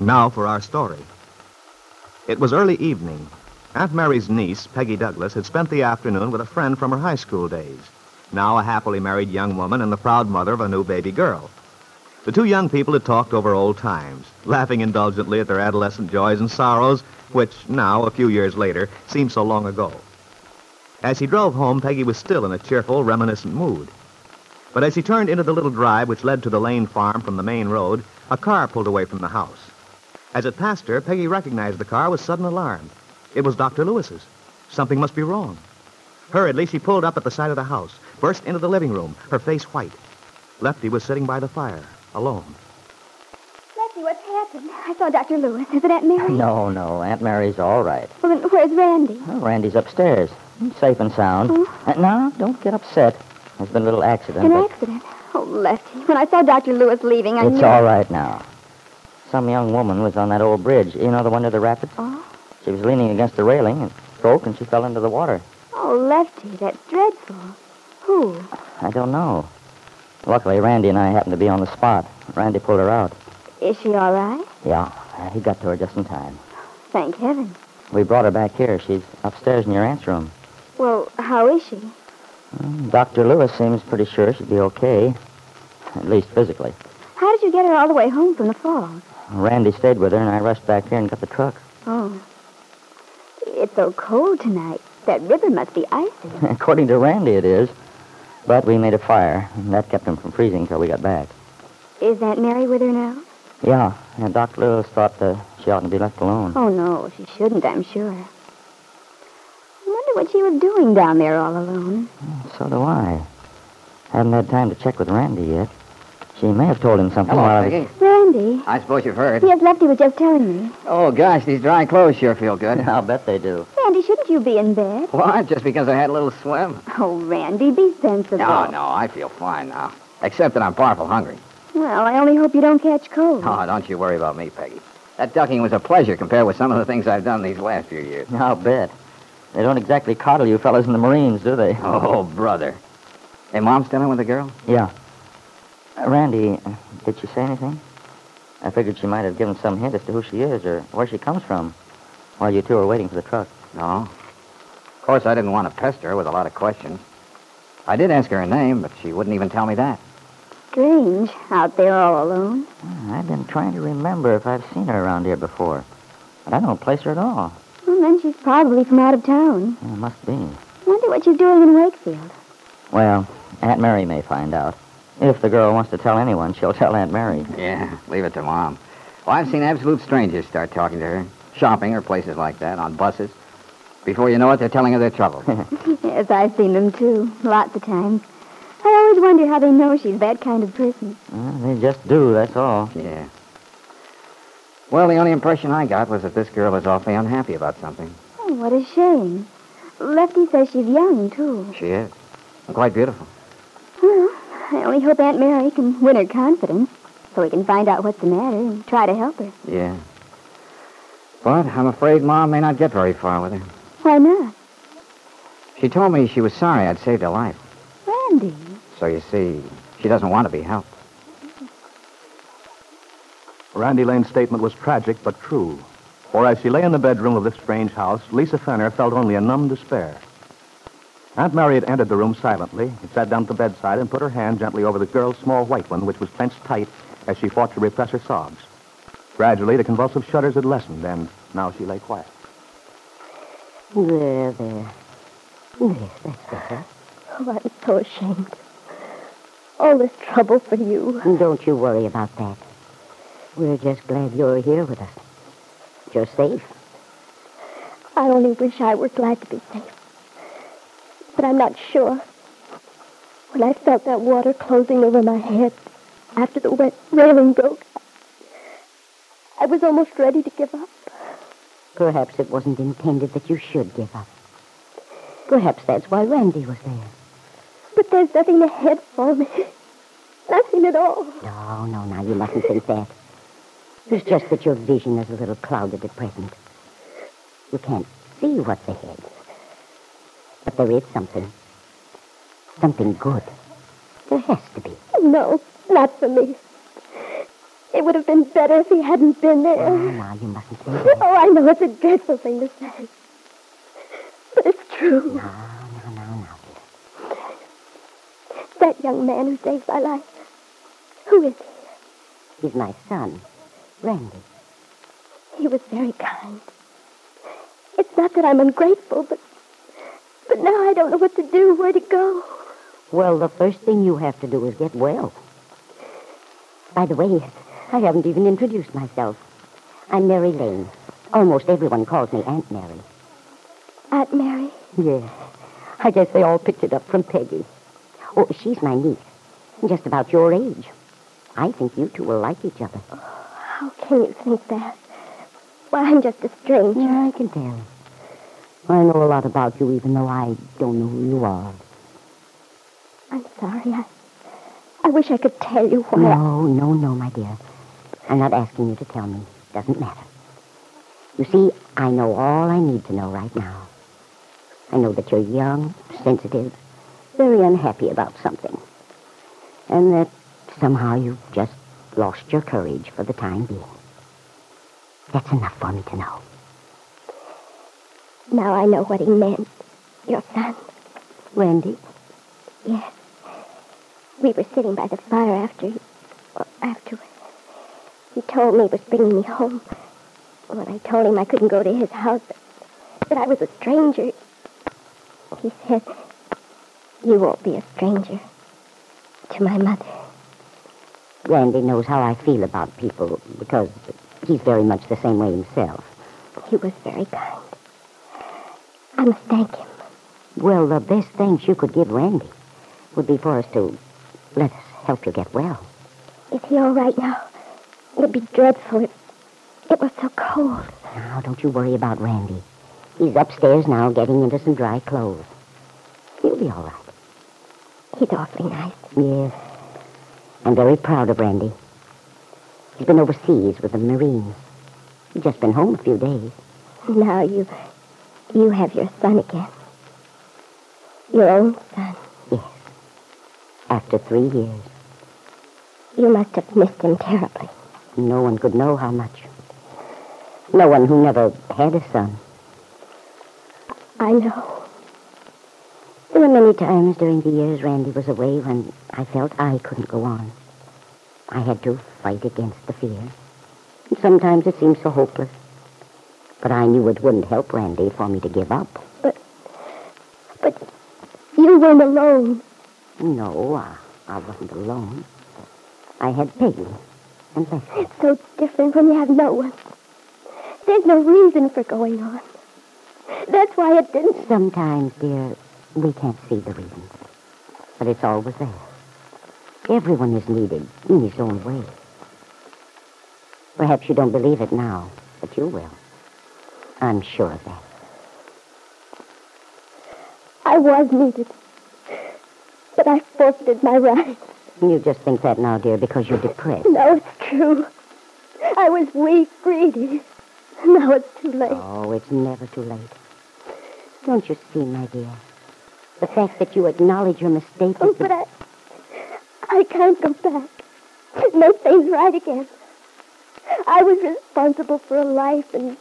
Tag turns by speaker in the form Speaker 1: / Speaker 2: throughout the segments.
Speaker 1: Now for our story. It was early evening. Aunt Mary's niece, Peggy Douglas, had spent the afternoon with a friend from her high school days, now a happily married young woman and the proud mother of a new baby girl. The two young people had talked over old times, laughing indulgently at their adolescent joys and sorrows, which now, a few years later, seemed so long ago. As she drove home, Peggy was still in a cheerful, reminiscent mood. But as she turned into the little drive which led to the Lane farm from the main road, a car pulled away from the house. As it passed her, Peggy recognized the car with sudden alarm. It was Dr. Lewis's. Something must be wrong. Hurriedly, she pulled up at the side of the house, burst into the living room, her face white. Lefty was sitting by the fire, alone.
Speaker 2: Lefty, what's happened? I saw Dr. Lewis. Is it Aunt Mary?
Speaker 3: No, no. Aunt Mary's all right.
Speaker 2: Well, then where's Randy?
Speaker 3: Well, Randy's upstairs. He's safe and sound. Uh, now, don't get upset. There's been a little accident.
Speaker 2: An
Speaker 3: but
Speaker 2: accident. Oh, Lefty, when I saw Dr. Lewis leaving, I
Speaker 3: it's
Speaker 2: knew...
Speaker 3: all right now. Some young woman was on that old bridge. You know the one to the rapids?
Speaker 2: Oh.
Speaker 3: She was leaning against the railing and broke and she fell into the water.
Speaker 2: Oh, Lefty, that's dreadful. Who?
Speaker 3: I don't know. Luckily, Randy and I happened to be on the spot. Randy pulled her out.
Speaker 2: Is she all right?
Speaker 3: Yeah, uh, he got to her just in time.
Speaker 2: Thank heaven.
Speaker 3: We brought her back here. She's upstairs in your aunt's room.
Speaker 2: Well, how is she?
Speaker 3: Dr. Lewis seems pretty sure she'd be okay, at least physically.
Speaker 2: How did you get her all the way home from the falls?
Speaker 3: Randy stayed with her, and I rushed back here and got the truck.
Speaker 2: Oh. It's so cold tonight. That river must be icy.
Speaker 3: According to Randy, it is. But we made a fire, and that kept him from freezing till we got back.
Speaker 2: Is Aunt Mary with her now?
Speaker 3: Yeah, and Dr. Lewis thought uh, she oughtn't to be left alone.
Speaker 2: Oh, no, she shouldn't, I'm sure. I wonder what she was doing down there all alone.
Speaker 4: Oh.
Speaker 3: So do I. Haven't had time to check with Randy yet. She may have told him something
Speaker 4: Hello,
Speaker 3: while I was...
Speaker 4: Peggy.
Speaker 2: Randy.
Speaker 4: I suppose you've heard.
Speaker 2: Yes, Lefty was just telling me.
Speaker 4: Oh, gosh, these dry clothes sure feel good.
Speaker 3: I'll bet they do.
Speaker 2: Randy, shouldn't you be in bed?
Speaker 4: What? Just because I had a little swim?
Speaker 2: Oh, Randy, be sensible.
Speaker 4: No, no, I feel fine now. Except that I'm powerful hungry.
Speaker 2: Well, I only hope you don't catch cold.
Speaker 4: Oh, don't you worry about me, Peggy. That ducking was a pleasure compared with some of the things I've done these last few years.
Speaker 3: I'll bet. They don't exactly coddle you fellas in the Marines, do they?
Speaker 4: Oh, brother. Hey, Mom's still in with the girl?
Speaker 3: Yeah. Uh, Randy, uh, did she say anything? I figured she might have given some hint as to who she is or where she comes from while you two were waiting for the truck.
Speaker 4: No. Of course, I didn't want to pester her with a lot of questions. I did ask her her name, but she wouldn't even tell me that.
Speaker 2: Strange, out there all alone.
Speaker 3: Hmm, I've been trying to remember if I've seen her around here before. But I don't place her at all.
Speaker 2: Well, then she's probably from out of town.
Speaker 3: Yeah, must be.
Speaker 2: Wonder what she's doing in Wakefield.
Speaker 3: Well, Aunt Mary may find out. If the girl wants to tell anyone, she'll tell Aunt Mary.
Speaker 4: Yeah, leave it to Mom. Well, I've seen absolute strangers start talking to her, shopping or places like that, on buses. Before you know it, they're telling her their trouble.
Speaker 2: Yes, I've seen them too, lots of times. I always wonder how they know she's that kind of person.
Speaker 3: Well, they just do, that's all.
Speaker 4: yeah. Well, the only impression I got was that this girl is awfully unhappy about something.
Speaker 2: Oh, what a shame. Lefty says she's young, too.
Speaker 4: She is. And quite beautiful.
Speaker 2: Well, I only hope Aunt Mary can win her confidence so we can find out what's the matter and try to help her.
Speaker 4: Yeah. But I'm afraid Mom may not get very far with her.
Speaker 2: Why not?
Speaker 4: She told me she was sorry I'd saved her life.
Speaker 2: Randy.
Speaker 4: So you see, she doesn't want to be helped.
Speaker 1: Randy Lane's statement was tragic but true. For as she lay in the bedroom of this strange house, Lisa Fenner felt only a numb despair. Aunt Mary had entered the room silently and sat down at the bedside and put her hand gently over the girl's small white one, which was clenched tight as she fought to repress her sobs. Gradually, the convulsive shudders had lessened, and now she lay quiet.
Speaker 3: There, there.
Speaker 2: Oh, I'm so ashamed. All this trouble for you.
Speaker 3: Don't you worry about that. We're just glad you're here with us. You're safe.
Speaker 2: I only wish I were glad to be safe. but I'm not sure. When I felt that water closing over my head after the wet railing broke, I was almost ready to give up.
Speaker 3: Perhaps it wasn't intended that you should give up. Perhaps that's why Randy was there.
Speaker 2: But there's nothing ahead for me. Nothing at all.
Speaker 3: No, no, now you mustn't think that. It's just that your vision is a little clouded at present. You can't see what's ahead. But there is something. Something good. There has to be.
Speaker 2: No, not for me. It would have been better if he hadn't been
Speaker 3: Now,
Speaker 2: there.
Speaker 3: now you mustn't say that.
Speaker 2: Oh, I know it's a dreadful thing to say. But it's true.
Speaker 3: Now, now, now, now, dear.
Speaker 2: That young man who saved my life. Who is he?
Speaker 3: He's my son, Randy.
Speaker 2: He was very kind. It's not that I'm ungrateful, but but now I don't know what to do, where to go.
Speaker 3: Well, the first thing you have to do is get well. By the way, I haven't even introduced myself. I'm Mary Lane. Almost everyone calls me Aunt Mary.
Speaker 2: Aunt Mary,
Speaker 3: Yes. I guess they all picked it up from Peggy. Oh, she's my niece. Just about your age. I think you two will like each other.
Speaker 2: how can you think that? Why, I'm just a stranger.
Speaker 3: Yeah, I can tell. I know a lot about you, even though I don't know who you are.
Speaker 2: I'm sorry. I, I wish I could tell you why. I-
Speaker 3: No, no, no, my dear. I'm not asking you to tell me. Doesn't matter. You see, I know all I need to know right now. I know that you're young, sensitive, very unhappy about something. And that somehow you've just lost your courage for the time being. That's enough for me to know.
Speaker 2: Now I know what he meant. Your son.
Speaker 3: Randy?
Speaker 2: Yes. We were sitting by the fire after he, well, after he told me he was bringing me home. When I told him I couldn't go to his house, that I was a stranger, he said, "You won't be a stranger to my mother."
Speaker 3: Randy knows how I feel about people because he's very much the same way himself.
Speaker 2: He was very kind. I must thank him.
Speaker 3: Well, the best thanks you could give Randy would be for us to let us help you get well.
Speaker 2: Is he all right now? It'd be dreadful. It, it was so cold.
Speaker 3: Now, don't you worry about Randy. He's upstairs now getting into some dry clothes. He'll be all right.
Speaker 2: He's awfully nice.
Speaker 3: Yes. I'm very proud of Randy. He's been overseas with the Marines. He's just been home a few days.
Speaker 2: Now you, you have your son again. Your own son.
Speaker 3: Yes. After three years,
Speaker 2: You must have missed him terribly.
Speaker 3: no one could know how much. No one who never had a son.
Speaker 2: I know.
Speaker 3: There were many times during the years Randy was away when I felt I couldn't go on. I had to fight against the fear. And sometimes it seemed so hopeless. But I knew it wouldn't help Randy for me to give up.
Speaker 2: You weren't alone.
Speaker 3: No, I, I wasn't alone. I had Peggy and Lester.
Speaker 2: It's so different when you have no one. There's no reason for going on. That's why it didn't.
Speaker 3: Sometimes, dear, we can't see the reasons. But it's always there. Everyone is needed in his own way. Perhaps you don't believe it now, but you will. I'm sure of that.
Speaker 2: I was needed. But I forfeited my right.
Speaker 3: You just think that now, dear, because you're depressed.
Speaker 2: No, it's true. I was weak, greedy. Now it's too late.
Speaker 3: Oh, it's never too late. Don't you see, my dear? The fact that you acknowledge your mistake
Speaker 2: Oh,
Speaker 3: is the
Speaker 2: but I, I can't go back. Make things right again. I was responsible for a life, and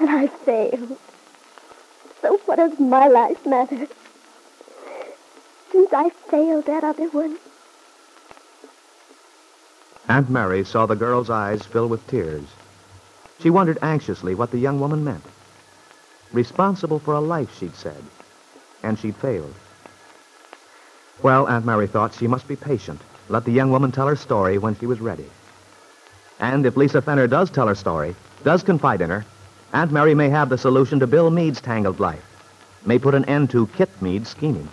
Speaker 2: and I failed. So what does my life matter? Since I failed that other one,
Speaker 1: Aunt Mary saw the girl's eyes fill with tears. She wondered anxiously what the young woman meant. Responsible for a life, she'd said, and she'd failed. Well, Aunt Mary thought she must be patient, let the young woman tell her story when she was ready. And if Lisa Fenner does tell her story, does confide in her, Aunt Mary may have the solution to Bill Meade's tangled life, may put an end to Kitmead's scheming.